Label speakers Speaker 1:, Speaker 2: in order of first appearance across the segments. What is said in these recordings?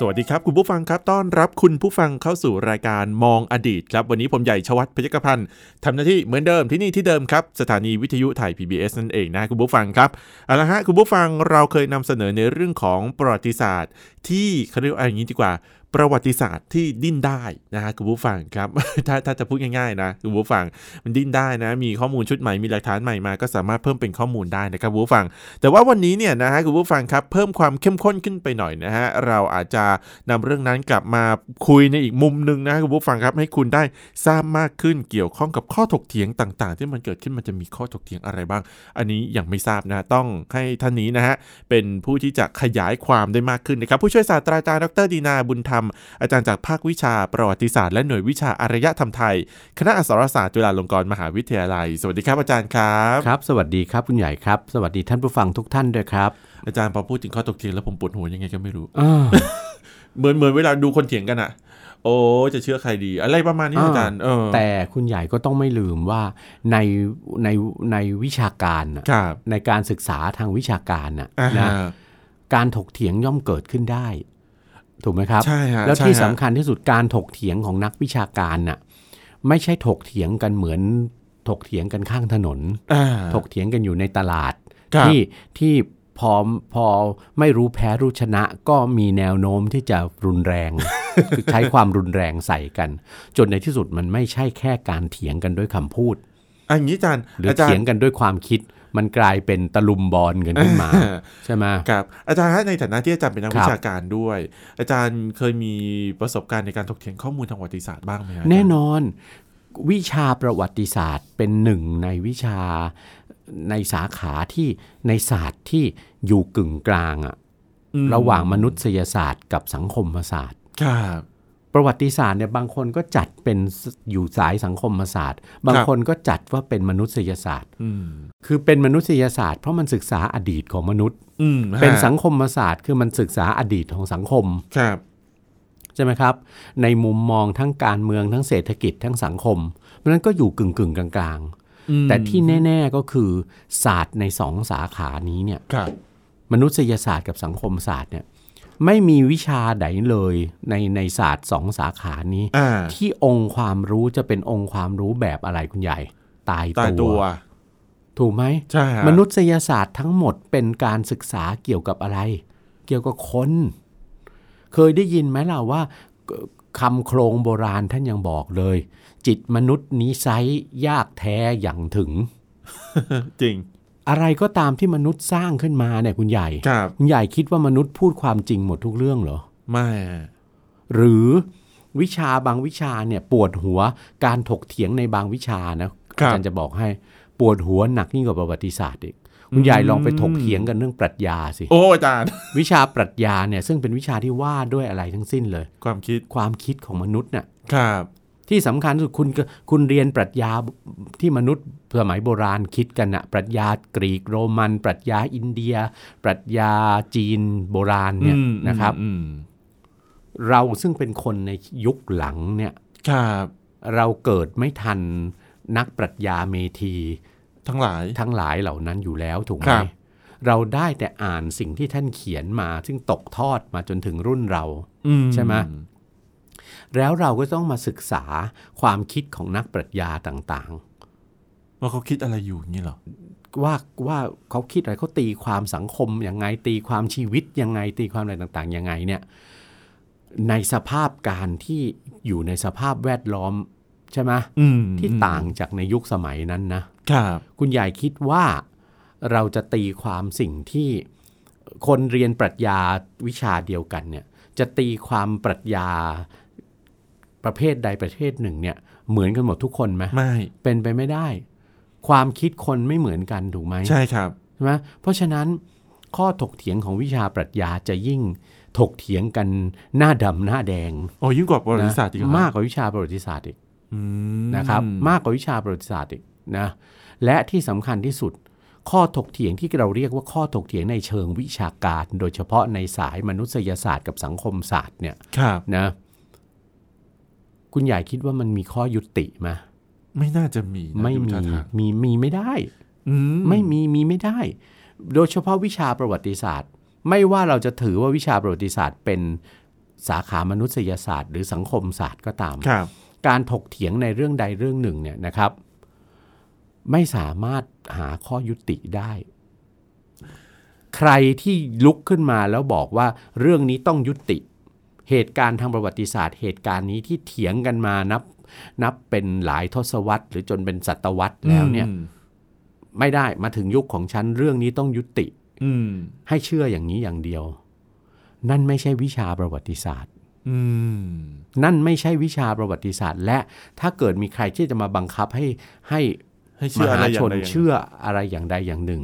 Speaker 1: สวัสดีครับ คุณผู้ฟังครับต้อนรับคุณผู้ฟังเข้าสู่รายการมองอดีตครับ วันนี้ผมใหญ่ชวัฒน์พยกพันธ์ทำหน้าที่เหมือนเดิมที่นี่ที่เดิมครับ สถานีวิทยุไทย PBS นั่นเองนะคุณผู้ฟังครับเอาละฮะคุณผู้ฟังเราเคยนำเสนอในเรื่องของประวัติศาสตร์ ที่เขาเรียกว่าอย่างนี้ดีกว่า ประวัติศาสตร์ที่ดิ้นได้นะฮะคุณผู้ฟังครับ ถ้าถ้าจะพูดง่ายๆนะคุณผู้ฟังมันดิ้นได้นะ มีข้อมูลชุดใหม่มีหลักฐานใหม่มาก็สามารถเพิ่มเป็นข้อมูลได้นะครับคุณผู้ฟัง แต่ว่าวันนี้เนี่ยนะฮะคุณผู้ฟังครับเพิ่มความเข้มข้นขึ้นไปหน่อยนะฮะเราอาจจะนำเรื่องนั้นกลับมาคุยในอีกมุมหนึ่งนะฮะคุณผู้ฟังครับให้คุณได้ทราบมากขึ้นเกี่ยวข้องกับข้อถกเถียงต่าง ๆ ที่มันเกิดขึ้นมันจะมีข้อถกเถียงอะไรบ้าง อันนี้ยังไม่ทราบนะต้องให้ท่านนี้นะฮะเป็นผู้ที่จะขยายความได้มากขึ้นนะครับผู้ช่วยศาสตราจารย์ดรดีนาบุญธรรม อาจารย์จากภาควิชาประวัติศาสตร์และหน่วยวิชาอารยธรรมไทย คณะอักษรศาสตร์จุฬาลงกรณ์มหาวิทยาลัย สวัสดีครับอาจารย์ครับ
Speaker 2: ครับ สวัสดีครับคุณใหญ่ครับ สวัสดีท่านผู้ฟังทุกท่านด้วยครับ
Speaker 1: อาจารย์พอพูดถึงข้อถกเถียงแล้วผมปวดหัวยังไงก็ไม่รู้
Speaker 2: อ่า
Speaker 1: เหมือนเหมือนเวลาดูคนเถียงกันอะโอ้จะเชื่อใครดี อะไรประมาณนี้
Speaker 2: อ่า
Speaker 1: อาจารย์ เออ
Speaker 2: แต่คุณใหญ่ก็ต้องไม่ลืมว่าในในในวิชาการน่ะ
Speaker 1: ครับ
Speaker 2: ในการศึกษาทางวิชาการน่ะ
Speaker 1: อ่าฮะ
Speaker 2: นะการถกเถียงย่อมเกิดขึ้นได้ ถูกไหมครับ
Speaker 1: ใช่ฮะ
Speaker 2: แล้ว
Speaker 1: ใช่
Speaker 2: ที่
Speaker 1: ฮะ
Speaker 2: สำคัญที่สุดการถกเถียงของนักวิชาการน่ะไม่ใช่ถกเถียงกันเหมือนถกเถียงกันข้างถนน
Speaker 1: อ่า
Speaker 2: ถกเถียงกันอยู่ในตลาด
Speaker 1: ครับ
Speaker 2: ที่ที่พอพอไม่รู้แพ้รู้ชนะก็มีแนวโน้มที่จะรุนแรง คือใช้ความรุนแรงใส่กัน จนในที่สุดมันไม่ใช่แค่การเถียงกันด้วยคำพูด
Speaker 1: อันนี้อาจารย์
Speaker 2: หรือ
Speaker 1: จาร
Speaker 2: เถียงกันด้วยความคิด มันกลายเป็นตะลุมบอลกันขึ้นมา ใช่ไหม
Speaker 1: ครับอาจารย์ฮะในฐานะที่อาจารย์เป็นนัก
Speaker 2: ครับ
Speaker 1: วิชาการด้วย อาจารย์เคยมีประสบการณ์ในการถกเถียงข้อมูลทางประวัติศาสตร์บ้างไหมฮะ
Speaker 2: แน่นอน วิชาประวัติศาสตร์เป็นหนึ่งในวิชาในสาขาที่ในศาสตร์ที่อยู่กึ่งกลางอะ
Speaker 1: อืม
Speaker 2: ระหว่างมนุษยศาสตร์กับสังคมศาสตร์
Speaker 1: ครับ
Speaker 2: ประวัติศาสตร์เนี่ยบางคนก็จัดเป็นสอยู่สายสังคมศาสตร์ บางคนก็จัดว่าเป็นมนุษยศาสตร์
Speaker 1: อืม
Speaker 2: คือเป็นมนุษยศาสตร์เพราะมันศึกษาอดีตของมนุษย์
Speaker 1: อืมฮะ
Speaker 2: เป็นสังคมศาสตร์ คือมันศึกษาอดีตของสังคม
Speaker 1: ครับ
Speaker 2: ใช่ไหมครับ ในมุมมองทั้งการเมืองทั้งเศรษฐกิจทั้งสังคมเพราะฉะนั้นก็อยู่กึ่งกึ่งๆกลาง
Speaker 1: อืม
Speaker 2: ๆ แต่ที่แน่ๆก็คือศาสตร์ในสองสาขานี้เนี่ย
Speaker 1: ครับ
Speaker 2: มนุษยศาสตร์กับสังคมศาสตร์เนี่ยไม่มีวิชาใดเลยในในศาสตร์สองสาขานี้
Speaker 1: อ่า
Speaker 2: ที่องค์ความรู้จะเป็นองค์ความรู้แบบอะไรคุณใหญ่ ตาย
Speaker 1: ตาย
Speaker 2: ตั
Speaker 1: ตัว ว
Speaker 2: ถูกไหม
Speaker 1: ใช่ฮะ
Speaker 2: มนุษยศาสตร์ทั้งหมดเป็นการศึกษาเกี่ยวกับอะไร เกี่ยวกับคน เคยได้ยินไหมล่ะว่าเอ่อคำโครงโบราณท่านยังบอกเลย จิตมนุษย์นี้ไซย์ยากแท้อย่างถึง
Speaker 1: จริง
Speaker 2: อะไรก็ตามที่มนุษย์สร้างขึ้นมาเนี่ยคุณใหญ่
Speaker 1: ครับ
Speaker 2: คุณใหญ่คิดว่ามนุษย์พูดความจริงหมดทุกเรื่องเหรอ
Speaker 1: ไม่
Speaker 2: หรือวิชาบางวิชาเนี่ยปวดหัวการถกเถียงในบางวิชานะอาจารย์จะบอกให้ปวดหัวหนักยิ่งกว่าประวัติศาสตร์อีกคุณใหญ่ลองไปถกเถียงกันเรื่องปรัชญาสิ
Speaker 1: โอ้อาจารย์
Speaker 2: วิชาปรัชญาเนี่ยซึ่งเป็นวิชาที่ว่าด้วยอะไรทั้งสิ้นเลย
Speaker 1: ความคิด
Speaker 2: ความคิดของมนุษย์น่ะ
Speaker 1: ครับ
Speaker 2: ที่สำคัญที่สุดคุณคุณเรียนปรัชญาที่มนุษย์สมัยโบราณคิดกันนะปรัชญากรีกโรมัน ปรัชญาอินเดีย ปรัชญาจีนโบราณเนี่ย
Speaker 1: อืม
Speaker 2: นะครับ
Speaker 1: อืม
Speaker 2: เราซึ่งเป็นคนในยุคหลังเนี่ย
Speaker 1: ครับ
Speaker 2: เราเกิดไม่ทันนักปรัชญาเมธี
Speaker 1: ทั้งหลาย
Speaker 2: ทั้งหลายเหล่านั้นอยู่แล้วถูกไห
Speaker 1: ค
Speaker 2: ม
Speaker 1: รับ
Speaker 2: เราได้แต่อ่านสิ่งที่ท่านเขียนมา ซึ่งตกทอดมาจนถึงรุ่นเรา
Speaker 1: อื
Speaker 2: ใช่ไหม แล้วเราก็ต้องมาศึกษาความคิดของนักปรัชญาต่าง
Speaker 1: ว่าเขาคิดอะไรอยู่อย่างนี้เหรอ
Speaker 2: ๆ ว่าว่าเขาคิดอะไรเขาตีความสังคมยังไงตีความชีวิตยังไงตีความอะไรต่างๆยังไงเนี่ยในสภาพการที่อยู่ในสภาพแวดล้อมใช่ไหม
Speaker 1: อืม
Speaker 2: ที่ต่างจากในยุคสมัยนั้นนะ
Speaker 1: ครับ
Speaker 2: คุณยายคิดว่าเราจะตีความสิ่งที่คนเรียนปรัชญาวิชาเดียวกันเนี่ยจะตีความปรัชญาประเภทใดประเภทหนึ่งเนี่ยเหมือนกันหมดทุกคนไหม
Speaker 1: ไม่
Speaker 2: เป็นไปไม่ได้ ความคิดคนไม่เหมือนกันถูกไหม
Speaker 1: ใช่ครับ
Speaker 2: ใช่ไหมเพราะฉะนั้นข้อถกเถียงของวิชาปรัชญาจะยิ่งถกเถียงกันหน้าดำหน้าแดง
Speaker 1: โอ้ยิ่งกว่าประวัติศาสตร์อีกเหรอ
Speaker 2: นะมากกว่าวิชาประวัติศาสตร์อีก
Speaker 1: อืม
Speaker 2: นะครับมากกว่าวิชาประวัติศาสตร์อีกนะ และที่สำคัญที่สุด ข้อถกเถียงที่เราเรียกว่าข้อถกเถียงในเชิงวิชาการ โดยเฉพาะในสายมนุษยศาสตร์กับสังคมศาสตร์เนี่ย
Speaker 1: ครับ
Speaker 2: นะ คุณใหญ่คิดว่ามันมีข้อยุติไหม
Speaker 1: ไม่น่าจะมีนะ
Speaker 2: ไม่
Speaker 1: ดู
Speaker 2: มี
Speaker 1: ท่าทาง
Speaker 2: มีมีไม่ได้
Speaker 1: อื
Speaker 2: ไม่มีมีไม่ได้ โดยเฉพาะวิชาประวัติศาสตร์ ไม่ว่าเราจะถือว่าวิชาประวัติศาสตร์ เป็นสาขามนุษยศาสตร์ หรือสังคมศาสตร์ก็ตาม
Speaker 1: ครับ
Speaker 2: การถกเถียงในเรื่องใดเรื่องหนึ่งเนี่ยนะครับ ไม่สามารถหาข้อยุติได้ ใครที่ลุกขึ้นมาแล้วบอกว่าเรื่องนี้ต้องยุติ เหตุการณ์ทางประวัติศาสตร์ เหตุการณ์นี้ที่เถียงกันมานับ นับเป็นหลายทศวรรษ หรือจนเป็นศตวรรษแล้วเนี่ย
Speaker 1: อืม
Speaker 2: ไม่ได้มาถึงยุคของฉันเรื่องนี้ต้องยุติ
Speaker 1: อืม
Speaker 2: ให้เชื่ออย่างนี้อย่างเดียว นั่นไม่ใช่วิชาประวัติศาสตร์
Speaker 1: อืม
Speaker 2: นั่นไม่ใช่วิชาประวัติศาสตร์ และถ้าเกิดมีใครที่จะมาบังคับให้ให้
Speaker 1: ให้
Speaker 2: ม
Speaker 1: เชื่ออะ
Speaker 2: หา
Speaker 1: ไรอย่า
Speaker 2: ช
Speaker 1: ง
Speaker 2: น
Speaker 1: ใดย่างหนึ่ง
Speaker 2: เชื่ออะไรอย่างใดอย่างหนึ่ง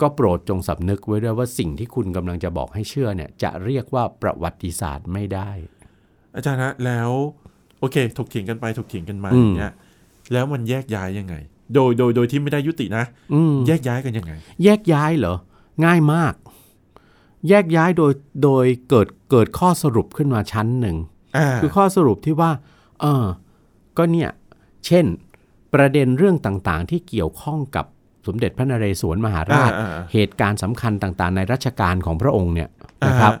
Speaker 2: ก็โปรดจงสำนึกไว้ด้วยว่าสิ่งที่คุณกำลังจะบอกให้เชื่อเนี่ยจะเรียกว่าประวัติศาสตร์ไม่ได้
Speaker 1: อาจารย์ฮะแล้ว โอเค ถกเถียงกันไปถกเถียงกันมา
Speaker 2: อื
Speaker 1: อ
Speaker 2: ม
Speaker 1: ย่างเงี้ยแล้วมันแยกย้ายยังไง โดยโดยโดยที่ไม่ได้ยุตินะ
Speaker 2: อืม
Speaker 1: แยกย้ายกันยังไง
Speaker 2: แยกย้ายเหรอ ง่ายมาก แยกย้ายโดยโดยเกิดเกิดข้อสรุปขึ้นมาชั้นหนึ่ง
Speaker 1: อ่า
Speaker 2: คือข้อสรุปที่ว่า เออ ก็เนี่ย เช่น ประเด็นเรื่องต่างๆ ที่เกี่ยวข้องกับสมเด็จพระนเรศวรมหาราช
Speaker 1: อ่อ่
Speaker 2: เหตุการณ์สำคัญต่างๆ ในรัชกาลของพระองค์เนี่ยนะครับ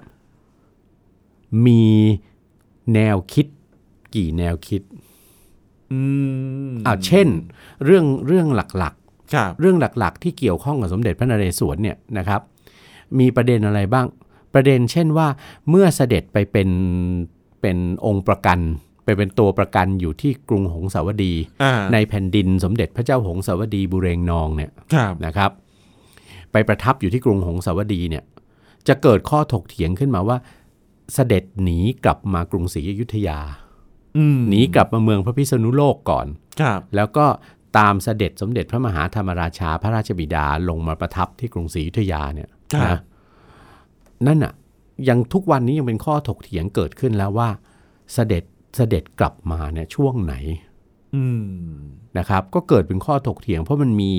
Speaker 2: มีแนวคิดกี่แนวคิด
Speaker 1: อืม
Speaker 2: อ่าเช่น เรื่องเรื่องหลัก
Speaker 1: ครับ
Speaker 2: ๆ เรื่องหลักๆ ที่เกี่ยวข้องกับสมเด็จพระนเรศวรเนี่ยนะครับ มีประเด็นอะไรบ้าง ประเด็นเช่นว่าเมื่อเสด็จไปเป็นเป็นองค์ประกันไปเป็นตัวประกันอยู่ที่กรุงหงสาวดี
Speaker 1: อ่า
Speaker 2: ในแผ่นดินสมเด็จพระเจ้าหงสาวดีบุเรงนองเนี่ย
Speaker 1: ครับ
Speaker 2: นะครับไปประทับอยู่ที่กรุงหงสาวดีเนี่ยจะเกิดข้อถกเถียงขึ้นมาว่า เสด็จหนีกลับมากรุงศรีอยุธยา
Speaker 1: อืม
Speaker 2: หนีกลับมาเมืองพระพิษณุโลกก่อน
Speaker 1: ครับ
Speaker 2: แล้วก็ตามเสด็จสมเด็จพระมหาธรรมราชาพระราชบิดาลงมาประทับที่กรุงศรีอยุธยาเนี่ย
Speaker 1: ครับ
Speaker 2: นะนั่นอะยังทุกวันนี้ยังเป็นข้อถกเถียงเกิดขึ้นแล้วว่า เสด็จเสด็จกลับมาเนี่ยช่วงไหน
Speaker 1: อืม
Speaker 2: นะครับก็เกิดเป็นข้อถกเถียง เพราะมันมี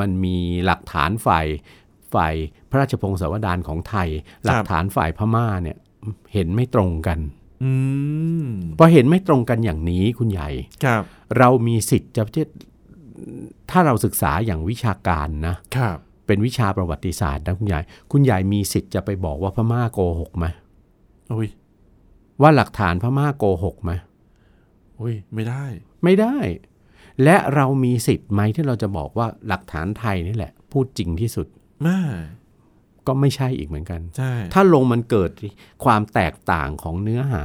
Speaker 2: มันมีหลักฐานฝ่ายฝ่ายพระราชพงศาวดารของไทย หลักฐานฝ่ายพม่าเนี่ยเห็นไม่ตรงกัน
Speaker 1: อืม
Speaker 2: พอเห็นไม่ตรงกันอย่างนี้คุณใหญ่
Speaker 1: ครับ
Speaker 2: เรามีสิทธิ์จะจะถ้าเราศึกษาอย่างวิชาการนะครับ เป็นวิชาประวัติศาสตร์นะคุณใหญ่คุณใหญ่มีสิทธิ์จะไปบอกว่าพม่าโกหกไหม
Speaker 1: โอ้ย
Speaker 2: ว่าหลักฐานพม่าโกหกไหม
Speaker 1: โอ้ยไม่ได้
Speaker 2: ไม่ได้ และเรามีสิทธิ์ไหมที่เราจะบอกว่าหลักฐานไทยนี่แหละ พูดจริงที่สุด
Speaker 1: แม่
Speaker 2: ก็ไม่ใช่อีกเหมือนกัน
Speaker 1: ใช่
Speaker 2: ถ้าลงมันเกิดความแตกต่างของเนื้อหา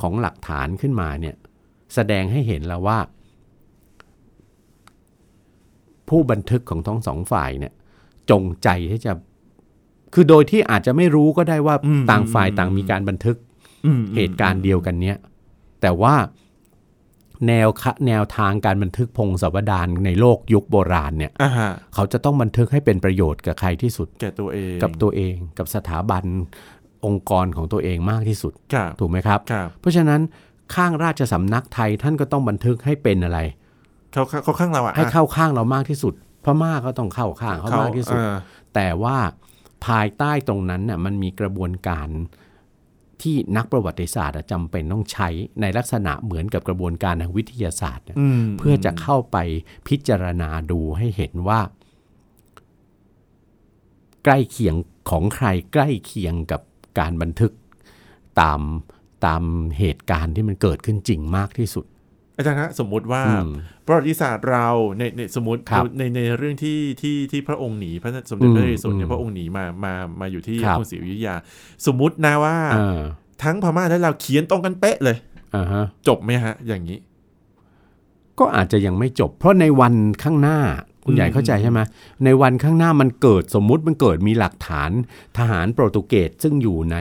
Speaker 2: ของหลักฐานขึ้นมาเนี่ย แสดงให้เห็นแล้วว่า ผู้บันทึกของทั้งสองฝ่ายเนี่ย จงใจที่จะ คือโดยที่อาจจะไม่รู้ก็ได้ว่าต่างฝ่ายต่างมีการบันทึก
Speaker 1: อืม
Speaker 2: เหตุการณ์เดียวกันเนี้ยแต่ว่าแนวคะแนวทางการบันทึกพงศาวดารในโลกยุคโบราณเนี่ย
Speaker 1: อ่าฮะ
Speaker 2: เขาจะต้องบันทึกให้เป็นประโยชน์กับใครที่สุด
Speaker 1: แก่ตัวเอง
Speaker 2: กับตัวเองกับสถาบันองค์กรของตัวเองมากที่สุด
Speaker 1: ครับ
Speaker 2: ถูกไหมครับ
Speaker 1: ครับ
Speaker 2: เพราะฉะนั้นข้างราชสำนักไทยท่านก็ต้องบันทึกให้เป็นอะไร
Speaker 1: เขาเขาเขาข้างเราอ่ะ
Speaker 2: ให้
Speaker 1: อ่ะ
Speaker 2: เข้าข้างเรามากที่สุดพม่าก็ต้องเข้าข้างเขามากที่สุด
Speaker 1: เออ
Speaker 2: แต่ว่าภายใต้ตรงนั้นน่ะมันมีกระบวนการที่นักประวัติศาสตร์อะจำเป็นต้องใช้ในลักษณะเหมือนกับกระบวนการทางวิทยาศาสตร์เนี่ย
Speaker 1: อืม
Speaker 2: เพื่อจะเข้าไปพิจารณาดูให้เห็นว่า ใกล้เคียงของใครใกล้เคียงกับการบันทึกตามตามเหตุการณ์ที่มันเกิดขึ้นจริงมากที่สุด
Speaker 1: อาจารย์ฮะสมมุติว่า
Speaker 2: อืม
Speaker 1: ประวัติศาสตร์เราในในสมมติ
Speaker 2: ครับ
Speaker 1: ในในเรื่องที่ที่ที่พระองค์หนีพระสมเด็จพระนเรศวรเนี่ย
Speaker 2: อืม
Speaker 1: พระองค์หนีมามามาอยู่ที่
Speaker 2: ครับ
Speaker 1: กรุงศรีอยุธยา สมมุตินะว่า
Speaker 2: เอ่า
Speaker 1: ทั้งพม่าและเราวเขียนตรงกันเป๊ะเลย
Speaker 2: อ่าฮะ
Speaker 1: จบไหมฮะ อย่างนี้
Speaker 2: ก็อาจจะยังไม่จบ เพราะในวันข้างหน้า คุณใหญ่
Speaker 1: อืม
Speaker 2: เข้าใจใช่ไหมในวันข้างหน้ามันเกิดสมมุติมันเกิดมีหลักฐานทหารโปรตุเกสซึ่งอยู่ใน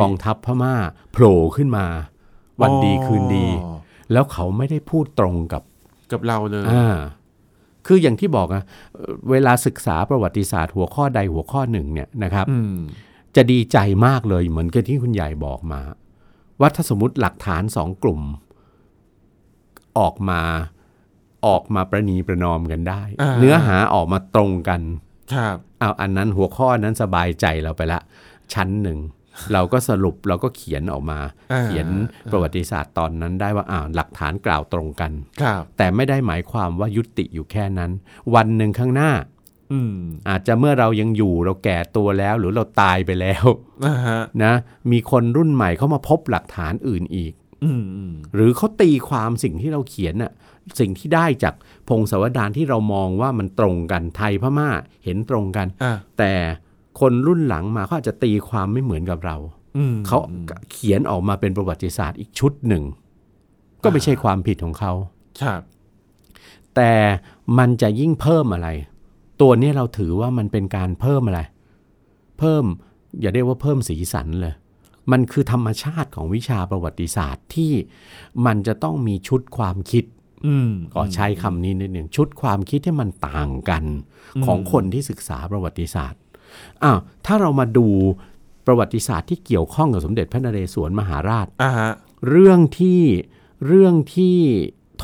Speaker 2: กองทัพพม่าโผล่ขึ้นมา วันดีคืนดี
Speaker 1: อ๋อ
Speaker 2: แล้วเขาไม่ได้พูดตรงกับ
Speaker 1: กับเราเลย
Speaker 2: อ่าคืออย่างที่บอกอะเอ่อเวลาศึกษาประวัติศาสตร์หัวข้อใดหัวข้อหนึ่งเนี่ยนะครับ
Speaker 1: อืม
Speaker 2: จะดีใจมากเลยเหมือนกับที่คุณใหญ่บอกมา ว่าถ้าสมมติหลักฐานสองกลุ่ม ออกมา ออกมาประนีประนอมกันได้
Speaker 1: อ่า
Speaker 2: เนื้อหาออกมาตรงกัน
Speaker 1: ครับ
Speaker 2: เอาอันนั้นหัวข้อนั้นสบายใจเราไปละ ชั้นหนึ่ง เราก็สรุปเราก็เขียนออกมา
Speaker 1: อ่า
Speaker 2: เขียนประวัติศาสตร์ตอนนั้นได้ว่าอ่าวหลักฐานกล่าวตรงกัน
Speaker 1: ครับ
Speaker 2: แต่ไม่ได้หมายความว่ายุติอยู่แค่นั้น วันหนึ่งข้างหน้า
Speaker 1: อืม
Speaker 2: อาจจะเมื่อเรายังอยู่เราแก่ตัวแล้วหรือเราตายไปแล้ว
Speaker 1: นะฮะ
Speaker 2: นะมีคนรุ่นใหม่เข้ามาพบหลักฐานอื่นอีก
Speaker 1: อืมอืม
Speaker 2: หรือเขาตีความสิ่งที่เราเขียนน่ะสิ่งที่ได้จากพงศาวดารที่เรามองว่ามันตรงกันไทยพม่าเห็นตรงกัน
Speaker 1: อ่ะ
Speaker 2: แต่คนรุ่นหลังมาเขาอาจจะตีความไม่เหมือนกับเรา
Speaker 1: อืม
Speaker 2: เขาเขียนออกมาเป็นประวัติศาสตร์อีกชุดหนึ่ง ก็ไม่ใช่ความผิดของเขา
Speaker 1: ครับ
Speaker 2: แต่มันจะยิ่งเพิ่มอะไร ตัวเนี้ยเราถือว่ามันเป็นการเพิ่มอะไร เพิ่มอย่าเรียกว่าเพิ่มสีสันเลย มันคือธรรมชาติของวิชาประวัติศาสตร์ที่มันจะต้องมีชุดความคิด
Speaker 1: อืม
Speaker 2: ขอใช้คำนี้นิดหนึ่งชุดความคิดที่มันต่างกันของคนที่ศึกษาประวัติศาสตร์อ้าวถ้าเรามาดูประวัติศาสตร์ที่เกี่ยวข้องกับสมเด็จพระนเรศวรมหาราช
Speaker 1: อ่าฮะ
Speaker 2: เรื่องที่เรื่องที่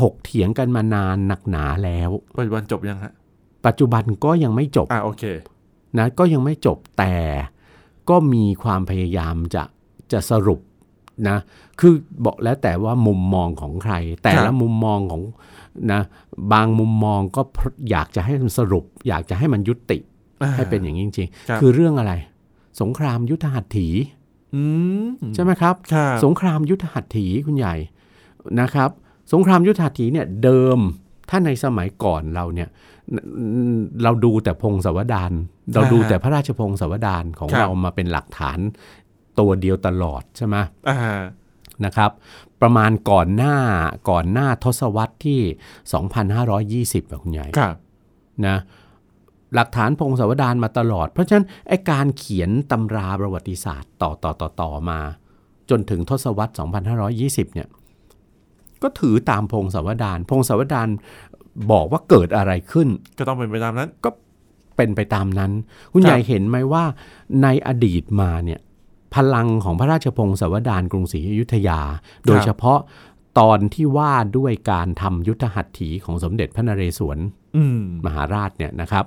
Speaker 2: ถกเถียงกันมานานหนักหนาแล้ว
Speaker 1: ปัจจุบันจบยังฮะ
Speaker 2: ปัจจุบันก็ยังไม่จบ
Speaker 1: อ่าโอเค
Speaker 2: นะก็ยังไม่จบแต่ก็มีความพยายามจะจะสรุปนะคือบอกแล้วแต่ว่ามุมมองของใคร แต่
Speaker 1: ครั
Speaker 2: ละ
Speaker 1: บ
Speaker 2: มุมมองของนะบางมุมมองก็พรอยากจะให้มันสรุป อยากจะให้มันยุติ
Speaker 1: อ่า
Speaker 2: ให้เป็นอย่างนี้จริง
Speaker 1: ครับ
Speaker 2: ๆ คือเรื่องอะไร สงครามยุทธหัตถี
Speaker 1: อืม
Speaker 2: ใช่ไหมครับ
Speaker 1: ครับ
Speaker 2: สงครามยุทธหัตถีคุณใหญ่นะครับ สงครามยุทธหัตถีเนี่ยเดิมถ้าในสมัยก่อนเราเนี่ยเราดูแต่พงศาวดารเราดูแต่พระราชพงศาวดารของเรามาเป็นหลักฐานตัวเดียวตลอดใช่ไหม
Speaker 1: อ่า
Speaker 2: นะครับ ประมาณก่อนหน้าก่อนหน้าทศวรรษที่ 2520อะคุณใหญ่
Speaker 1: ครับ
Speaker 2: นะหลักฐานพงศาวดารมาตลอด เพราะฉะนั้นไอการเขียนตำราประวัติศาสตร์ต่อต่อต่อต่อมา จนถึงทศวรรษ 2520 เนี่ยก็ถือตามพงศาวดารพงศาวดารบอกว่าเกิดอะไรขึ้น
Speaker 1: ก็ต้องเป็นไปตามนั้น
Speaker 2: เป็นไปตามนั้น คุณ
Speaker 1: ครับ
Speaker 2: ใหญ่เห็นไหมว่าในอดีตมาเนี่ยพลังของพระราชพงศาวดารกรุงศรีอยุธยา โดยเฉพาะตอนที่ว่าด้วยการทำยุทธหัตถีของสมเด็จพระนเรศวร
Speaker 1: อืม
Speaker 2: มหาราชเนี่ยนะครับ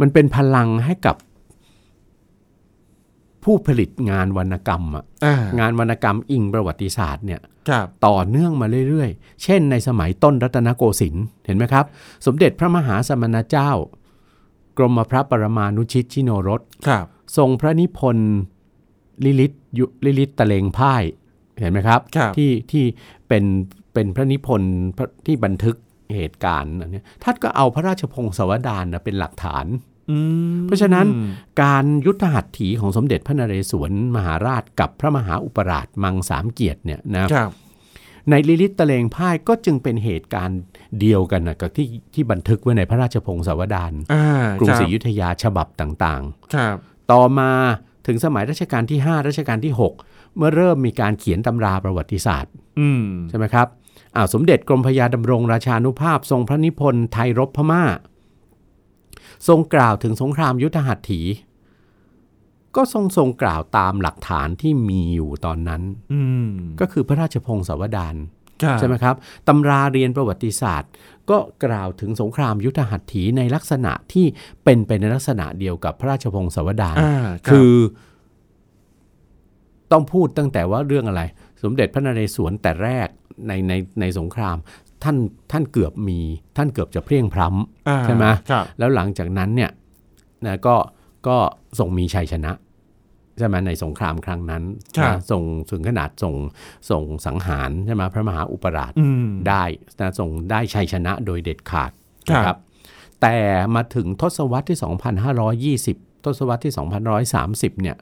Speaker 2: มันเป็นพลังให้กับผู้ผลิตงานวรรณกรรมอะ
Speaker 1: อ่าง
Speaker 2: านวรรณกรรมอิงประวัติศาสตร์เนี่ย
Speaker 1: ครับ
Speaker 2: ต่อเนื่องมาเรื่อยๆ เช่นในสมัยต้นรัตนโกสินทร์เห็นไหมครับ สมเด็จพระมหาสมณเจ้า กรมพระปรมานุชิตชิโนรส
Speaker 1: ครับ
Speaker 2: ทรงพระนิพนธ์ลิลิตยุลิลิตตะเลงพ่ายเห็นไหมครับ
Speaker 1: ครับ
Speaker 2: ที่ที่เป็นเป็นพระนิพนธ์พระที่บันทึกเหตุการณ์อันเนี้ยท่านก็เอาพระราชพงศาวดารนะเป็นหลักฐาน
Speaker 1: อืม
Speaker 2: เพราะฉะนั้น การยุทธหัตถีของสมเด็จพระนเรศวรมหาราชกับพระมหาอุปราชมังสามเกียรติเนี่ยนะครับ ในลิลิตตะเลงพ่ายก็จึงเป็นเหตุการณ์เดียวกันนะกับที่ที่บันทึกไว้ในพระราชพงศาวดาร
Speaker 1: อ่าก
Speaker 2: รุงศรีอ
Speaker 1: คบ
Speaker 2: ยุธยาฉบับต่างๆ
Speaker 1: ครับ
Speaker 2: ต่อมาถึงสมัยรัชกาลที่ 5 รัชกาลที่ 6 เมื่อเริ่มมีการเขียนตำราประวัติศาสตร์
Speaker 1: อืม
Speaker 2: ใช่ไหมครับอ่าสมเด็จกรมพระยาดำรงราชานุภาพ ทรงพระนิพนธ์ไทยรบพม่า ทรงกล่าวถึงสงครามยุทธหัตถี ก็ทรงทรงกล่าวตามหลักฐานที่มีอยู่ตอนนั้น
Speaker 1: อืม
Speaker 2: ก็คือพระราชพงศาวดาร
Speaker 1: ครับ
Speaker 2: ใช่ไหมครับตำราเรียนประวัติศาสตร์ ก็กล่าวถึงสงครามยุทธหัตถีในลักษณะที่เป็นไปในลักษณะเดียวกับพระราชพงศาวดาร
Speaker 1: อ่ารับ
Speaker 2: คือต้องพูดตั้งแต่ว่าเรื่องอะไร สมเด็จพระนเรศวรแต่แรกในในในสงคราม ท่านท่านเกือบมี ท่านเกือบจะเพลียงพล้
Speaker 1: า
Speaker 2: ใช่ไหม
Speaker 1: ครับ
Speaker 2: ำแล้วหลังจากนั้นเนี่ยนะก็ก็ส่งมีชัยชนะใช่ไหมในสงครามครั้งนั้น
Speaker 1: ครับ
Speaker 2: นะส่งถึงขนาดส่งส่งสังหารใช่ไหมพระมหาอุปราช
Speaker 1: อืม
Speaker 2: ได้นะส่งได้ชัยชนะโดยเด็ดขาด
Speaker 1: ครับ
Speaker 2: นะครับ แต่มาถึงทศวรรษที่ 2520 ทศวรรษที่ 2530 เนี่ย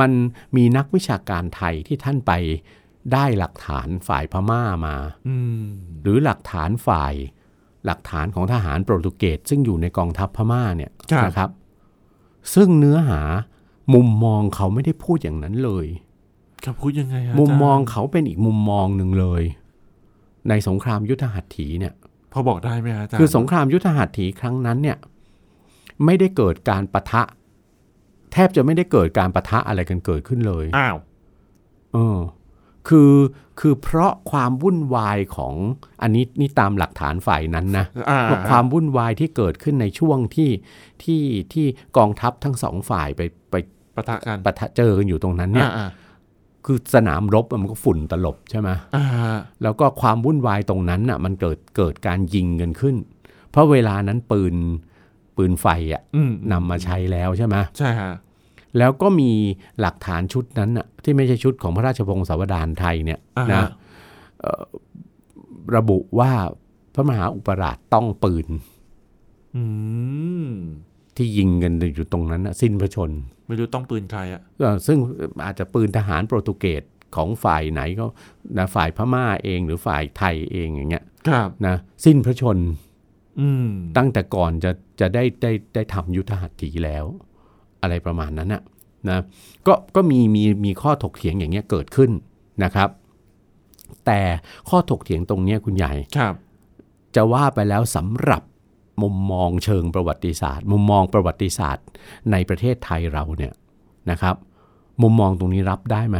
Speaker 2: มันมีนักวิชาการไทยที่ท่านไปได้หลักฐานฝ่ายพม่ามา
Speaker 1: อืม
Speaker 2: หรือหลักฐานฝ่ายหลักฐานของทหารโปรตุเกสซึ่งอยู่ในกองทัพพม่าเนี่ยนะครับ ซึ่งเนื้อหามุมมองเขาไม่ได้พูดอย่างนั้นเลย
Speaker 1: ครับพูดยังไง
Speaker 2: มุ
Speaker 1: ฮะา
Speaker 2: ม
Speaker 1: จารย์
Speaker 2: มองเขาเป็นอีกมุมมองหนึ่งเลย ในสงครามยุทธหัตถีเนี่ย
Speaker 1: พอบอกได้ไหมฮะอาจารย์
Speaker 2: คือสงครามยุทธหัตถีครั้งนั้นเนี่ยไม่ได้เกิดการปะทะ แทบจะไม่ได้เกิดการปะทะอะไรกันเกิดขึ้นเลย
Speaker 1: อ้าว
Speaker 2: เออ คือคือเพราะความวุ่นวายของอันนี้นี่ตามหลักฐานฝ่ายนั้นนะ
Speaker 1: อ่า
Speaker 2: ว่าความวุ่นวายที่เกิดขึ้นในช่วงที่ที่ที่กองทัพทั้งสองฝ่ายไปไป
Speaker 1: ปะทะกัน
Speaker 2: ปะทะเจอกันอยู่ตรงนั้นเนี่ย
Speaker 1: อ่า
Speaker 2: คือสนามรบมันก็ฝุ่นตลบใช่ไหม
Speaker 1: อ่า
Speaker 2: แล้วก็ความวุ่นวายตรงนั้นน่ะมันเกิดเกิดการยิงกันขึ้น เพราะเวลานั้นปืนปืนไฟอ่ะ
Speaker 1: อืม
Speaker 2: นำมาใช้แล้วใช่ไหม
Speaker 1: ใช่ฮะ
Speaker 2: แล้วก็มีหลักฐานชุดนั้นน่ะที่ไม่ใช่ชุดของพระราชพงศาวดารไทยเนี่ย
Speaker 1: อ่า
Speaker 2: นะเอ่อระบุว่าพระมหาอุปราชต้องปืน
Speaker 1: อืม
Speaker 2: ที่ยิงกันอยู่ตรงนั้นน่ะสิ้นพระชนม์
Speaker 1: ไม่รู้ต้องปืนใครอะ
Speaker 2: เอ่อซึ่งอาจจะปืนทหารโปรตุเกสของฝ่ายไหนก็นะฝ่ายพม่าเองหรือฝ่ายไทยเองอย่างเงี้ย
Speaker 1: ครับ
Speaker 2: นะสิ้นพระชนม์
Speaker 1: อืม
Speaker 2: ตั้งแต่ก่อนจะจะได้ได้ได้ทำยุทธหัตถีแล้ว อะไรประมาณนั้นนะนะก็ก็มีมีมีข้อถกเถียงอย่างเงี้ยเกิดขึ้นนะครับ แต่ข้อถกเถียงตรงเนี้ยคุณใหญ่
Speaker 1: ครับ
Speaker 2: จะว่าไปแล้วสำหรับมุมมองเชิงประวัติศาสตร์ มุมมองประวัติศาสตร์ในประเทศไทยเราเนี่ยนะครับ มุมมองตรงนี้รับได้ไหม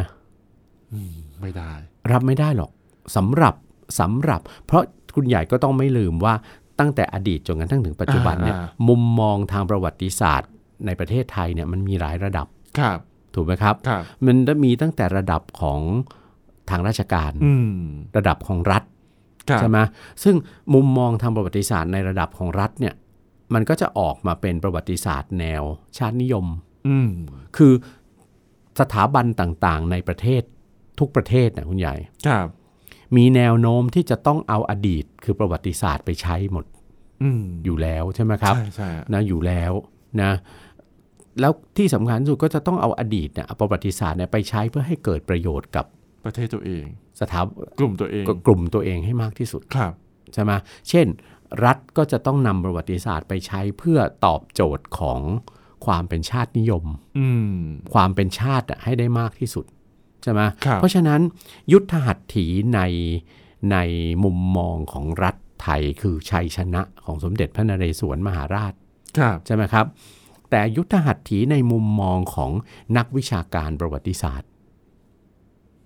Speaker 1: ไม่ได้
Speaker 2: รับไม่ได้หรอกสำหรับสำหรับ เพราะคุณใหญ่ก็ต้องไม่ลืมว่าตั้งแต่อดีตจนกระทั่งถึงปัจจุบันเนี่ย
Speaker 1: อ่า
Speaker 2: มุมมองทางประวัติศาสตร์ ในประเทศไทยเนี่ยมันมีหลายระดับ
Speaker 1: ครับ
Speaker 2: ถูกไหมครับ
Speaker 1: ครับ
Speaker 2: มันจะมีตั้งแต่ระดับของทางราชการ
Speaker 1: อืม
Speaker 2: ระดับของรัฐ
Speaker 1: ครับ
Speaker 2: ใช่ไหมซึ่งมุมมองทางประวัติศาสตร์ในระดับของรัฐเนี่ย มันก็จะออกมาเป็นประวัติศาสตร์แนวชาตินิยม
Speaker 1: อืม
Speaker 2: คือสถาบันต่างๆ ในประเทศทุกประเทศนะคุณใหญ่
Speaker 1: ครับ
Speaker 2: มีแนวโน้มที่จะต้องเอาอดีต คือประวัติศาสตร์ไปใช้หมด
Speaker 1: อืม
Speaker 2: อยู่แล้วใช่ไหมครับ
Speaker 1: ใช่ใช่
Speaker 2: นะอยู่แล้วนะ แล้วที่สำคัญที่สุดก็จะต้องเอาอดีตเนี่ยเอาประวัติศาสตร์เนี่ยไปใช้เพื่อให้เกิดประโยชน์กับ
Speaker 1: ประเทศตัวเอง
Speaker 2: สถาบ
Speaker 1: กลุ่มตัวเอง
Speaker 2: กับกลุ่มตัวเองให้มากที่สุด
Speaker 1: ครับ
Speaker 2: ใช่ไหมเช่น รัฐก็จะต้องนำประวัติศาสตร์ไปใช้เพื่อตอบโจทย์ของความเป็นชาตินิยม
Speaker 1: อืม
Speaker 2: ความเป็นชาติอะให้ได้มากที่สุดใช่ไหม
Speaker 1: ครับ
Speaker 2: เพราะฉะนั้นยุทธหัตถีในในมุมมองของรัฐไทยคือชัยชนะของสมเด็จพระนเรศวรมหาราช
Speaker 1: ครับ
Speaker 2: ใช่ไหมครับ แต่ยุทธหัตถีในมุมมองของนักวิชาการประวัติศาสตร์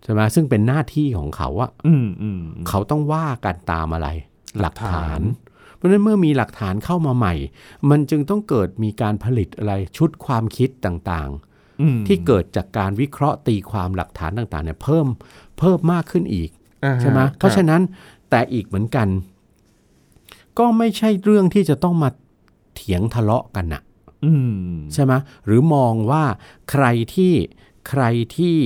Speaker 2: ใช่ไหมซึ่งเป็นหน้าที่ของเขาอะ
Speaker 1: อืมอืม
Speaker 2: เขาต้องว่ากันตามอะไร
Speaker 1: ห
Speaker 2: ห
Speaker 1: ลั
Speaker 2: ลั
Speaker 1: ก
Speaker 2: ก
Speaker 1: ฐา
Speaker 2: ฐาน น เพราะฉะนั้นเมื่อมีหลักฐานเข้ามาใหม่ มันจึงต้องเกิดมีการผลิตอะไรชุดความคิดต่าง
Speaker 1: อืม
Speaker 2: ๆ ที่เกิดจากการวิเคราะห์ตีความหลักฐานต่างๆเนี่ยเพิ่มเพิ่มมากขึ้นอีก
Speaker 1: อ่าฮ
Speaker 2: ใช่ไหม
Speaker 1: ครับ
Speaker 2: เพราะฉะนั้นแต่อีกเหมือนกัน ก็ไม่ใช่เรื่องที่จะต้องมาเถียงทะเลาะกันน่ะ
Speaker 1: อืม
Speaker 2: ใช่ไหมหรือมองว่าใครที่ใครที่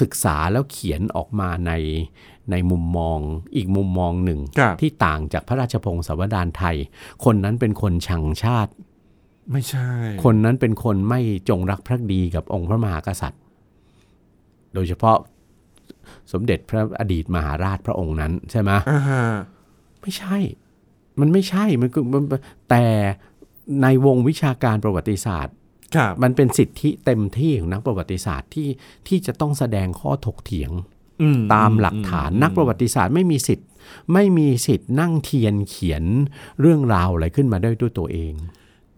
Speaker 2: ศึกษาแล้วเขียนออกมาในในมุมมองอีกมุมมองหนึ่ง
Speaker 1: ครับ
Speaker 2: ที่ต่างจากพระราชพงศาวดารไทย คนนั้นเป็นคนชังชาติ
Speaker 1: ไม่ใช่
Speaker 2: คนนั้นเป็นคนไม่จงรักภักดีกับองค์พระมหากษัตริย์ โดยเฉพาะสมเด็จพระอดีตมหาราชพระองค์นั้นใช่ไหม
Speaker 1: อ่าฮะ
Speaker 2: ไม่ใช่ มันไม่ใช่ มันคือมันแต่ในวงวิชาการประวัติศาสตร์
Speaker 1: ครับ
Speaker 2: มันเป็นสิทธิเต็มที่ของนักประวัติศาสตร์ที่ที่จะต้องแสดงข้อถกเถียง
Speaker 1: อืม
Speaker 2: ตามหลักฐานนักประวัติศาสตร์ไม่มีสิทธิ์ ไม่มีสิทธิ์นั่งเทียนเขียนเรื่องราวอะไรขึ้นมาได้ด้วยตัวเอง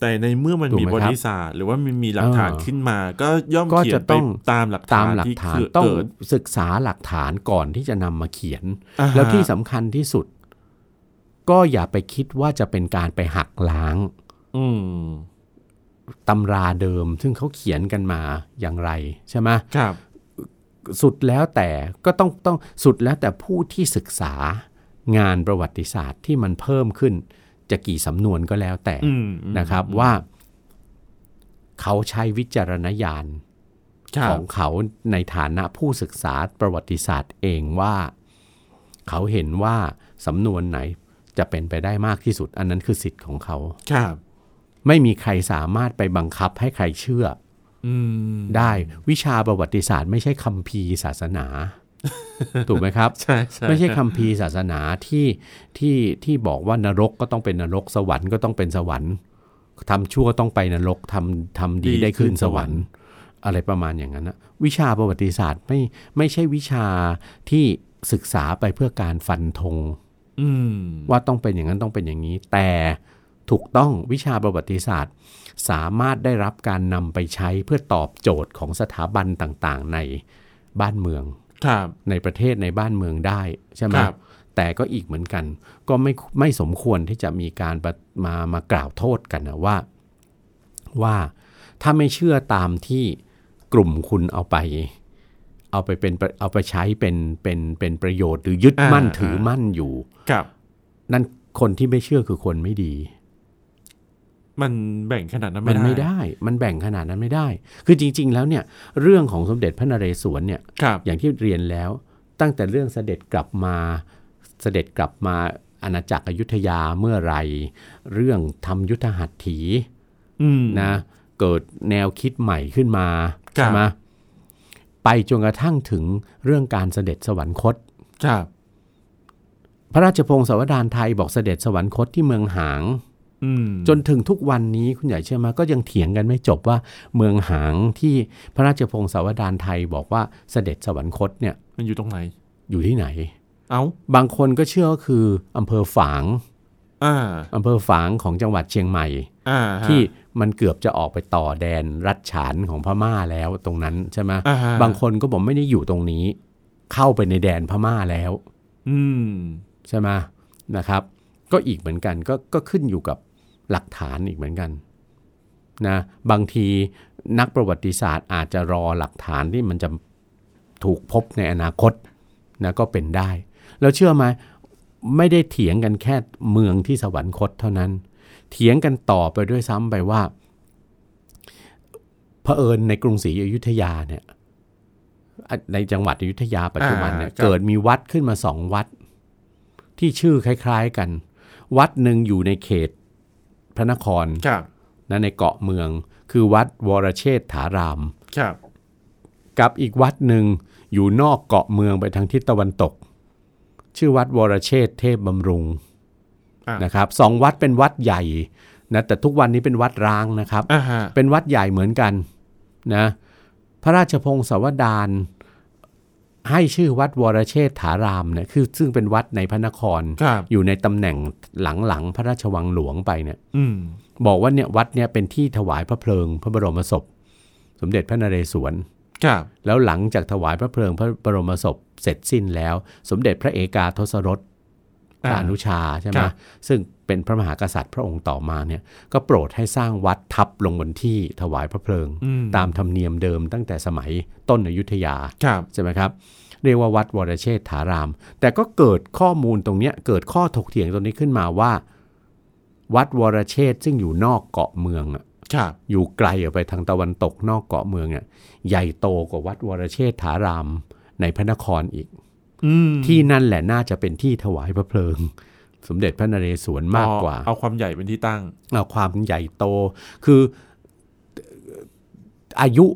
Speaker 1: แต่ในเมื่อมัน
Speaker 2: ถูก
Speaker 1: มี
Speaker 2: ไหม
Speaker 1: บ
Speaker 2: ครับ
Speaker 1: ริษัทหรือว่ามันมีหลักฐาน
Speaker 2: เออ
Speaker 1: ขึ้นมา ก็ย่อม
Speaker 2: ก็
Speaker 1: เขีย
Speaker 2: จะ
Speaker 1: นไป
Speaker 2: ต้อง
Speaker 1: ตามหลัก
Speaker 2: ตา
Speaker 1: ฐาม น
Speaker 2: หลัก
Speaker 1: ที่
Speaker 2: ฐาน
Speaker 1: คือ
Speaker 2: ต้อง
Speaker 1: เกิด
Speaker 2: ศึกษาหลักฐานก่อนที่จะนำมาเขียน
Speaker 1: อ่าฮะ
Speaker 2: แล้วที่สำคัญที่สุด ก็อย่าไปคิดว่าจะเป็นการไปหักล้าง
Speaker 1: อืม
Speaker 2: ตำราเดิม ซึ่งเขาเขียนกันมาอย่างไรใช่ไหม
Speaker 1: ครับ
Speaker 2: สุดแล้วแต่ก็ต้องต้องสุดแล้วแต่ผู้ที่ศึกษางานประวัติศาสตร์ที่มันเพิ่มขึ้น จะกี่สำนวนก็แล้วแต่
Speaker 1: อืมอืม
Speaker 2: นะครับว่าเขาใช้วิจารณญาณ
Speaker 1: ครั
Speaker 2: ข
Speaker 1: บ
Speaker 2: องเขาในฐานะผู้ศึกษาประวัติศาสตร์เองว่า เขาเห็นว่าสำนวนไหนจะเป็นไปได้มากที่สุด อันนั้นคือสิทธิ์ของเขา
Speaker 1: ครับ
Speaker 2: ไม่มีใครสามารถไปบังคับให้ใครเชื่อ
Speaker 1: อืม
Speaker 2: ได้วิชาประวัติศาสตร์ไม่ใช่คัมภีร์ศาสนา ถูกไหมครับ
Speaker 1: ใช่ใช่
Speaker 2: ไม่ใช่คัมภีร์ศาสนาที่ที่ที่บอกว่านรกก็ต้องเป็นนรกสวรรค์ก็ต้องเป็นสวรรค์ทำชั่วต้องไปนรกทำทำดีได้ขึ้นสวรรค์ อะไรประมาณอย่างนั้นนะวิชาประวัติศาสตร์ไม่ไม่ใช่วิชาที่ศึกษาไปเพื่อการฟันธง
Speaker 1: อืม
Speaker 2: ว่าต้องเป็นอย่างนั้นต้องเป็นอย่างนี้ แต่ถูกต้องวิชาประวัติศาสตร์ สามารถได้รับการนำไปใช้เพื่อตอบโจทย์ของสถาบันต่างๆ ในบ้านเมือง
Speaker 1: ครับ
Speaker 2: ในประเทศในบ้านเมืองได้ใช่ไหม
Speaker 1: ครับ
Speaker 2: แต่ก็อีกเหมือนกัน ก็ไม่ไม่สมควรที่จะมีการปะมามากล่าวโทษกันนะว่า ว่าถ้าไม่เชื่อตามที่กลุ่มคุณเอาไป เอาไปเป็นประเอาไปใช้เป็นเป็นเป็นประโยชน์ หรือยึดมั่น
Speaker 1: อ่า
Speaker 2: ถือมั่นอยู่
Speaker 1: ครับ
Speaker 2: นั่นคนที่ไม่เชื่อคือคนไม่ดี
Speaker 1: มันแบ่งขนาดนั้น
Speaker 2: มั
Speaker 1: ไม่ได้
Speaker 2: นไม่ได้ มันแบ่งขนาดนั้นไม่ได้ คือจริง ๆ แล้วเนี่ย เรื่องของสมเด็จพระนเรศวรเนี่ย
Speaker 1: ครับ
Speaker 2: อย่างที่เรียนแล้วตั้งแต่เรื่องเสด็จกลับมาเสด็จกลับมาอาณาจักรอยุธยาเมื่อไหรเรื่องทำยุทธหัตถี
Speaker 1: อืม
Speaker 2: นะเกิดแนวคิดใหม่ขึ้นมา
Speaker 1: ครับ
Speaker 2: ใช่ไหมไปจนกระทั่งถึงเรื่องการเสด็จสวรรคต
Speaker 1: ครับ
Speaker 2: พระราชพงศาวดารไทยบอกเสด็จสวรรคตที่เมืองหาง
Speaker 1: อืม
Speaker 2: จนถึงทุกวันนี้คุณใหญ่เชื่อไหมก็ยังเถียงกันไม่จบว่าเมืองหางที่พระราชพงศาวดารไทยบอกว่าเสด็จสวรรคตเนี่ย
Speaker 1: มันอยู่ตรงไหน
Speaker 2: อยู่ที่ไหน
Speaker 1: เอ้า
Speaker 2: บางคนก็เชื่อว่าคืออำเภอฝาง
Speaker 1: อ่า
Speaker 2: อำเภอฝางของจังหวัดเชียงใหม่
Speaker 1: อ่าฮะ
Speaker 2: ที่มันเกือบจะออกไปต่อแดนรัฐฉานของพม่าแล้วตรงนั้นใช่ไหม
Speaker 1: อ่ฮะ
Speaker 2: บางคนก็บอกไม่ได้อยู่ตรงนี้ เข้าไปในแดนพม่าแล้ว
Speaker 1: อืม
Speaker 2: ใช่ไหมนะครับ ก็อีกเหมือนกันก็ก็ขึ้นอยู่กับหลักฐานอีกเหมือนกันนะบางทีนักประวัติศาสตร์อาจจะรอหลักฐานที่มันจะถูกพบในอนาคตนะก็เป็นได้ แล้วเชื่อไหมไม่ได้เถียงกันแค่เมืองที่สวรรคตเท่านั้น เถียงกันต่อไปด้วยซ้ำไปว่าเผอิญในกรุงศรีอยุธยาเนี่ยอ่ะในจังหวัดอยุธยาปัจจุบันเนี่ย
Speaker 1: อ่าครับ
Speaker 2: เกิดมีวัดขึ้นมาสองวัด ที่ชื่อคล้าย ๆกัน วัดหนึ่งอยู่ในเขตพระนคร
Speaker 1: ครับ
Speaker 2: นะในเกาะเมือง คือวัดวรเชษฐาราม
Speaker 1: ครับ
Speaker 2: กับอีกวัดหนึ่งอยู่นอกเกาะเมืองไปทางทิศตะวันตก ชื่อวัดวรเชษฐ์เทพบำรุง
Speaker 1: อ่า
Speaker 2: นะครับสองวัดเป็นวัดใหญ่นะแต่ทุกวันนี้เป็นวัดร้างนะครับ
Speaker 1: อ่าฮะ
Speaker 2: เป็นวัดใหญ่เหมือนกันนะพระราชพงศาวดารให้ชื่อวัดวรเชษฐารามเนี่ยคือซึ่งเป็นวัดในพระนคร
Speaker 1: ครับ
Speaker 2: อยู่ในตำแหน่งหลังๆ พระราชวังหลวงไปเนี่ย
Speaker 1: อืม
Speaker 2: บอกว่าเนี่ยวัดเนี่ยเป็นที่ถวายพระเพลิง พระบรมศพ สมเด็จพระนเรศวร
Speaker 1: ครับ
Speaker 2: แล้วหลังจากถวายพระเพลิงพระบรมศพเสร็จสิ้นแล้ว สมเด็จพระเอกาทศรสพระอนุชาใช่ไหม
Speaker 1: ครับ
Speaker 2: ซึ่งเป็นพระมหากษัตริย์พระองค์ต่อมาเนี่ยก็โปรดให้สร้างวัดทับลงบนที่ถวายพระเพลิง
Speaker 1: อืม
Speaker 2: ตามธรรมเนียมเดิมตั้งแต่สมัยต้นอยุธยา
Speaker 1: ครับ
Speaker 2: ใช่ไหมครับ เรียกว่าวัดวรเชษฐาราม แต่ก็เกิดข้อมูลตรงเนี้ยเกิดข้อถกเถียงตรงนี้ขึ้นมาว่า วัดวรเชษฐ์ซึ่งอยู่นอกเกาะเมืองอะ
Speaker 1: ครับ
Speaker 2: อยู่ไกลออกไปทางตะวันตกนอกเกาะเมืองอะใหญ่โตกว่าวัดวรเชษฐารามในพระนครอีก
Speaker 1: อืม
Speaker 2: ที่นั่นแหละน่าจะเป็นที่ถวายพระเพลิง สมเด็จพระนเรศวรมากกว่า
Speaker 1: เอาความใหญ่เป็นที่ตั้ง
Speaker 2: เอาความใหญ่โตคืออายุ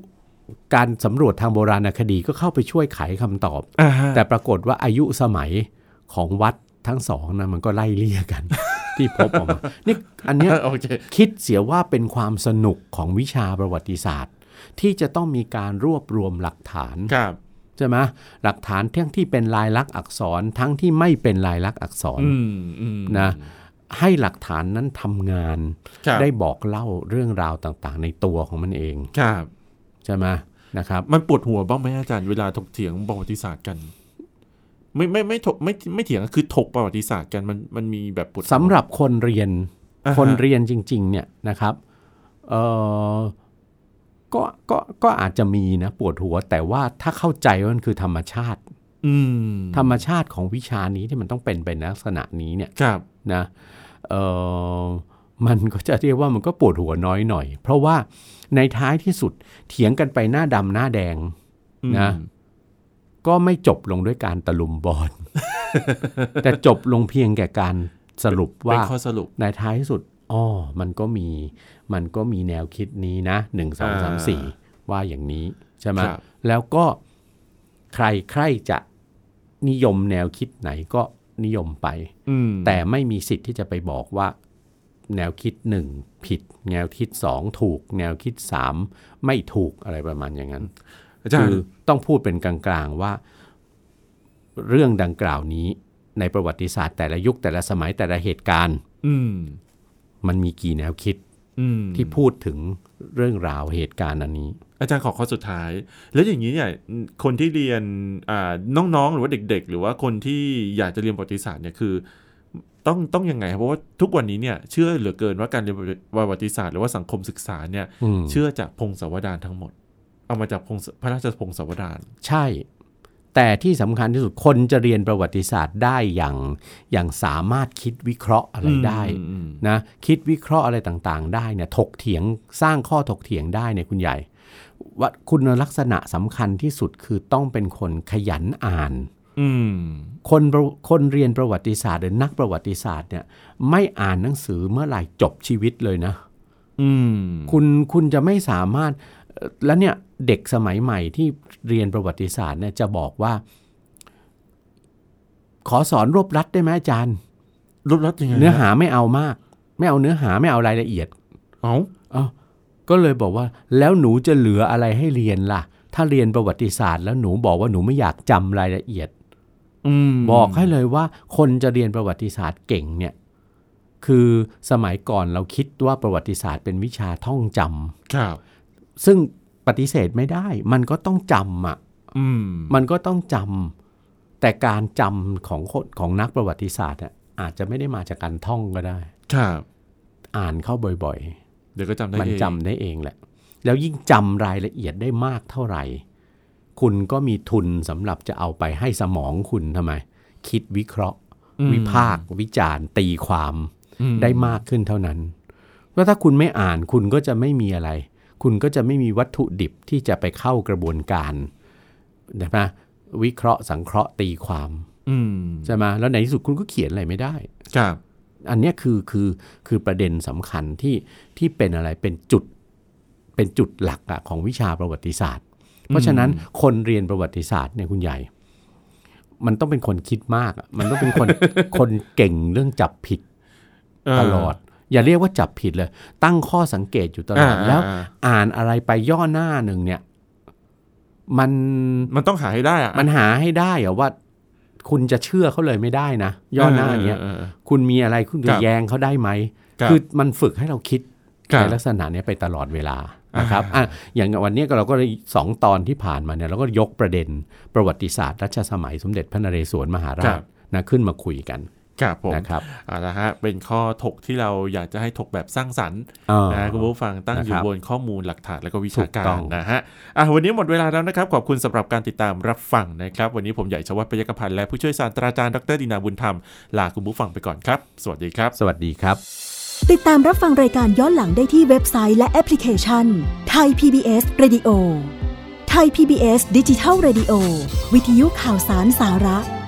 Speaker 2: การสำรวจทางโบราณคดีก็เข้าไปช่วยไขคำตอบ
Speaker 1: อ่าฮะ
Speaker 2: แต่ปรากฏว่าอายุสมัยของวัดทั้งสองนะมันก็ไล่เลี่ยกัน ที่พบออกมานี่อันเนี้ย
Speaker 1: เออ โอเค
Speaker 2: คิดเสียว่าเป็นความสนุกของวิชาประวัติศาสตร์ ที่จะต้องมีการรวบรวมหลักฐาน
Speaker 1: ครับ
Speaker 2: ใช่ไหมหลักฐานทั้งที่เป็นลายลักษณ์อักษรทั้งที่ไม่เป็นลายลักษณ์อักษร
Speaker 1: อืมอืม
Speaker 2: นะให้หลักฐานนั้นทำงาน
Speaker 1: ครับ
Speaker 2: ได้บอกเล่าเรื่องราวต่างๆ ในตัวของมันเอง
Speaker 1: ครับ
Speaker 2: ใช่ไหมนะครับ
Speaker 1: มันปวดหัวบ้างไหมอาจารย์เวลาถกเถียงประวัติศาสตร์กัน ไม่ไม่ไม่ถกไม่ไม่เถียงอะคือถกประวัติศาสตร์กันมันมันมีแบบปวดว
Speaker 2: สำหรับคนเรียน
Speaker 1: อ่าฮะ
Speaker 2: คนเรียนจริง ๆ เนี่ยนะครับเออก็ก็ก็อาจจะมีนะปวดหัว แต่ว่าถ้าเข้าใจว่ามันคือธรรมชาติ
Speaker 1: อืม
Speaker 2: ธรรมชาติของวิชานี้ที่มันต้องเป็นไปในลักษณะนี้เนี่ย
Speaker 1: ครับ
Speaker 2: นะเออมันก็จะเรียกว่ามันก็ปวดหัวน้อยหน่อย เพราะว่าในท้ายที่สุดเถียงกันไปหน้าดำหน้าแดง
Speaker 1: อืม
Speaker 2: นะ ก็ไม่จบลงด้วยการตะลุมบอ ล แต่จบลงเพียงแก่การสรุป
Speaker 1: เป็น
Speaker 2: ว่า
Speaker 1: ข้อสรุป
Speaker 2: ในท้ายที่สุดอ๋อมันก็มี มันก็มีแนวคิดนี้นะหนึ่งสองสามสี่ว่าอย่างนี้ใช่ไหม
Speaker 1: ครับ
Speaker 2: แล้วก็ใครใครจะนิยมแนวคิดไหนก็นิยมไป
Speaker 1: อืม
Speaker 2: แต่ไม่มีสิทธิ์ที่จะไปบอกว่า แนวคิดหนึ่งผิด แนวคิดสองถูก แนวคิดสามไม่ถูกอะไรประมาณอย่างนั้น
Speaker 1: อาจาร
Speaker 2: คื
Speaker 1: ย์
Speaker 2: อต้องพูดเป็นกลางๆว่าเรื่องดังกล่าวนี้ ในประวัติศาสตร์แต่ละยุคแต่ละสมัยแต่ละเหตุการณ์
Speaker 1: อืม
Speaker 2: มันมีกี่แนวคิด
Speaker 1: อืม
Speaker 2: ที่พูดถึงเรื่องราวเหตุการณ์อันนี้
Speaker 1: อาจารย์ขอข้อสุดท้าย แล้วอย่างนี้เนี่ยคนที่เรียนอ่าน้องๆ หรือว่าเด็ก ๆ หรือว่าคนที่อยากจะเรียนประวัติศาสตร์เนี่ยคือต้องต้องยังไงครับเพราะว่าทุกวันนี้เนี่ยเชื่อเหลือเกินว่าการเรียนประวัติศาสตร์หรือว่าสังคมศึกษาเนี่ย
Speaker 2: อืม
Speaker 1: เชื่อจากพงศาวดารทั้งหมด เอามาจากพงศพระราชพงศาวดาร
Speaker 2: ใช่ แต่ที่สำคัญที่สุดคนจะเรียนประวัติศาสตร์ได้อย่างอย่างสามารถคิดวิเคราะห์อะไรได้
Speaker 1: อืม
Speaker 2: นะคิดวิเคราะห์อะไรต่างๆ ได้เนี่ยถกเถียงสร้างข้อถกเถียงได้เนี่ยคุณใหญ่ว่าคุณลักษณะสำคัญที่สุดคือต้องเป็นคนขยันอ่าน
Speaker 1: อืม
Speaker 2: คนประคนเรียนประวัติศาสตร์หรือนักประวัติศาสตร์เนี่ยไม่อ่านหนังสือเมื่อไหร่จบชีวิตเลยนะ
Speaker 1: อืม
Speaker 2: คุณคุณจะไม่สามารถเอ่อแล้วเนี่ยเด็กสมัยใหม่ที่เรียนประวัติศาสตร์เนี่ยจะบอกว่า ขอสอนรวบรัดได้ไหมอาจารย์
Speaker 1: รูปลักษณ์ยังไง
Speaker 2: เนื้อ
Speaker 1: ฮะ
Speaker 2: หาไม่เอามาก ไม่เอาเนื้อหาไม่เอารายละเอียด
Speaker 1: เอ้า
Speaker 2: อาวก็เลยบอกว่าแล้วหนูจะเหลืออะไรให้เรียนล่ะ ถ้าเรียนประวัติศาสตร์แล้วหนูบอกว่าหนูไม่อยากจำรายละเอียด
Speaker 1: อืม
Speaker 2: บอกให้เลยว่าคนจะเรียนประวัติศาสตร์เก่งเนี่ยคือสมัยก่อนเราคิดว่าประวัติศาสตร์เป็นวิชาท่องจำ
Speaker 1: ครับ
Speaker 2: ซึ่งปฏิเสธไม่ได้ มันก็ต้องจำอ่ะ
Speaker 1: อืม
Speaker 2: มันก็ต้องจำแต่การจำของคนของนักประวัติศาสตร์อะอาจจะไม่ได้มาจากการท่องก็ได้
Speaker 1: ครับ
Speaker 2: อ่านเข้าบ่อยๆ
Speaker 1: เดี๋ยวก็จำได้
Speaker 2: มัน
Speaker 1: เอง
Speaker 2: จำได้เองแหละ แล้วยิ่งจำรายละเอียดได้มากเท่าไหร่ คุณก็มีทุนสำหรับจะเอาไปให้สมองคุณทำไม คิดวิเคราะห์ วิพากษ์วิจารณ์ ตีความ
Speaker 1: อื
Speaker 2: ได้มากขึ้นเท่านั้นว่าถ้าคุณไม่อ่านคุณก็จะไม่มีอะไร คุณก็จะไม่มีวัตถุดิบที่จะไปเข้ากระบวนการนะฮะวิเคราะห์สังเคราะห์ตีความ
Speaker 1: อืม
Speaker 2: ใช่ไหมแล้วในที่สุดคุณก็เขียนอะไรไม่ได้
Speaker 1: ครับ
Speaker 2: อันเนี้ยคือคือคือประเด็นสำคัญที่ที่เป็นอะไรเป็นจุดเป็นจุดหลักอะของวิชาประวัติศาสตร์ เพราะฉะนั้นคนเรียนประวัติศาสตร์เนี่ยคุณใหญ่ มันต้องเป็นคนคิดมากอะมันต้องเป็นคน คนเก่งเรื่องจับผิด
Speaker 1: เออ
Speaker 2: ตลอด อย่าเรียกว่าจับผิดเลย ตั้งข้อสังเกตอยู่ตลอด
Speaker 1: อ่า
Speaker 2: แล้ว
Speaker 1: อ่า
Speaker 2: อ่านอะไรไปย่อหน้าหนึ่งเนี่ย มัน
Speaker 1: มันต้องหาให้ได้อะ
Speaker 2: มันหาให้ได้อะว่า คุณจะเชื่อเขาเลยไม่ได้นะย่อหน้าเนี้ย
Speaker 1: ออออ
Speaker 2: คุณมีอะไรคุณ
Speaker 1: ค
Speaker 2: จะ
Speaker 1: รับ
Speaker 2: แย้งเขาได้ไหม
Speaker 1: ครับ
Speaker 2: อมันฝึกให้เราคิด
Speaker 1: ครับ
Speaker 2: ในลักษณะเนี้ยไปตลอดเวลานะครับอ่ะอย่างวันเนี้ยก็เราก็เลยสองตอนที่ผ่านมาเนี่ยเราก็ยกประเด็นประวัติศาสตร์รัชสมัยสมเด็จพระนเรศวรมหารา
Speaker 1: ครั
Speaker 2: ช
Speaker 1: บ
Speaker 2: นะขึ้นมาคุยกัน
Speaker 1: ครับผม
Speaker 2: นะครับ
Speaker 1: เอาละฮะเป็นข้อถกที่เราอยากจะให้ถกแบบสร้างสรรค์
Speaker 2: อ่า
Speaker 1: นะคุณผู้ฟังตั้งอยู่
Speaker 2: นะครับ
Speaker 1: บนข้อมูลหลักฐานและก็วิ
Speaker 2: ถู
Speaker 1: ชาก การ
Speaker 2: ต้อง
Speaker 1: นะฮะอ่ะวันนี้หมดเวลาแล้วนะครับ ขอบคุณสำหรับการติดตามรับฟังนะครับ วันนี้ผมใหญ่ชวัฒน์พยกพันธ์และผู้ช่วยศาสตราจารย์ดรดินาบุญธรรม ลาคุณผู้ฟังไปก่อนครับ สวัสดีครับ
Speaker 2: สวัสดีครับ
Speaker 3: ติดตามรับฟังรายการย้อนหลังได้ที่เว็บไซต์และแอปพลิเคชันไทย PBS Radio ไทย PBS ดิจิทัล Radio วิทยุข่าวสารสาระ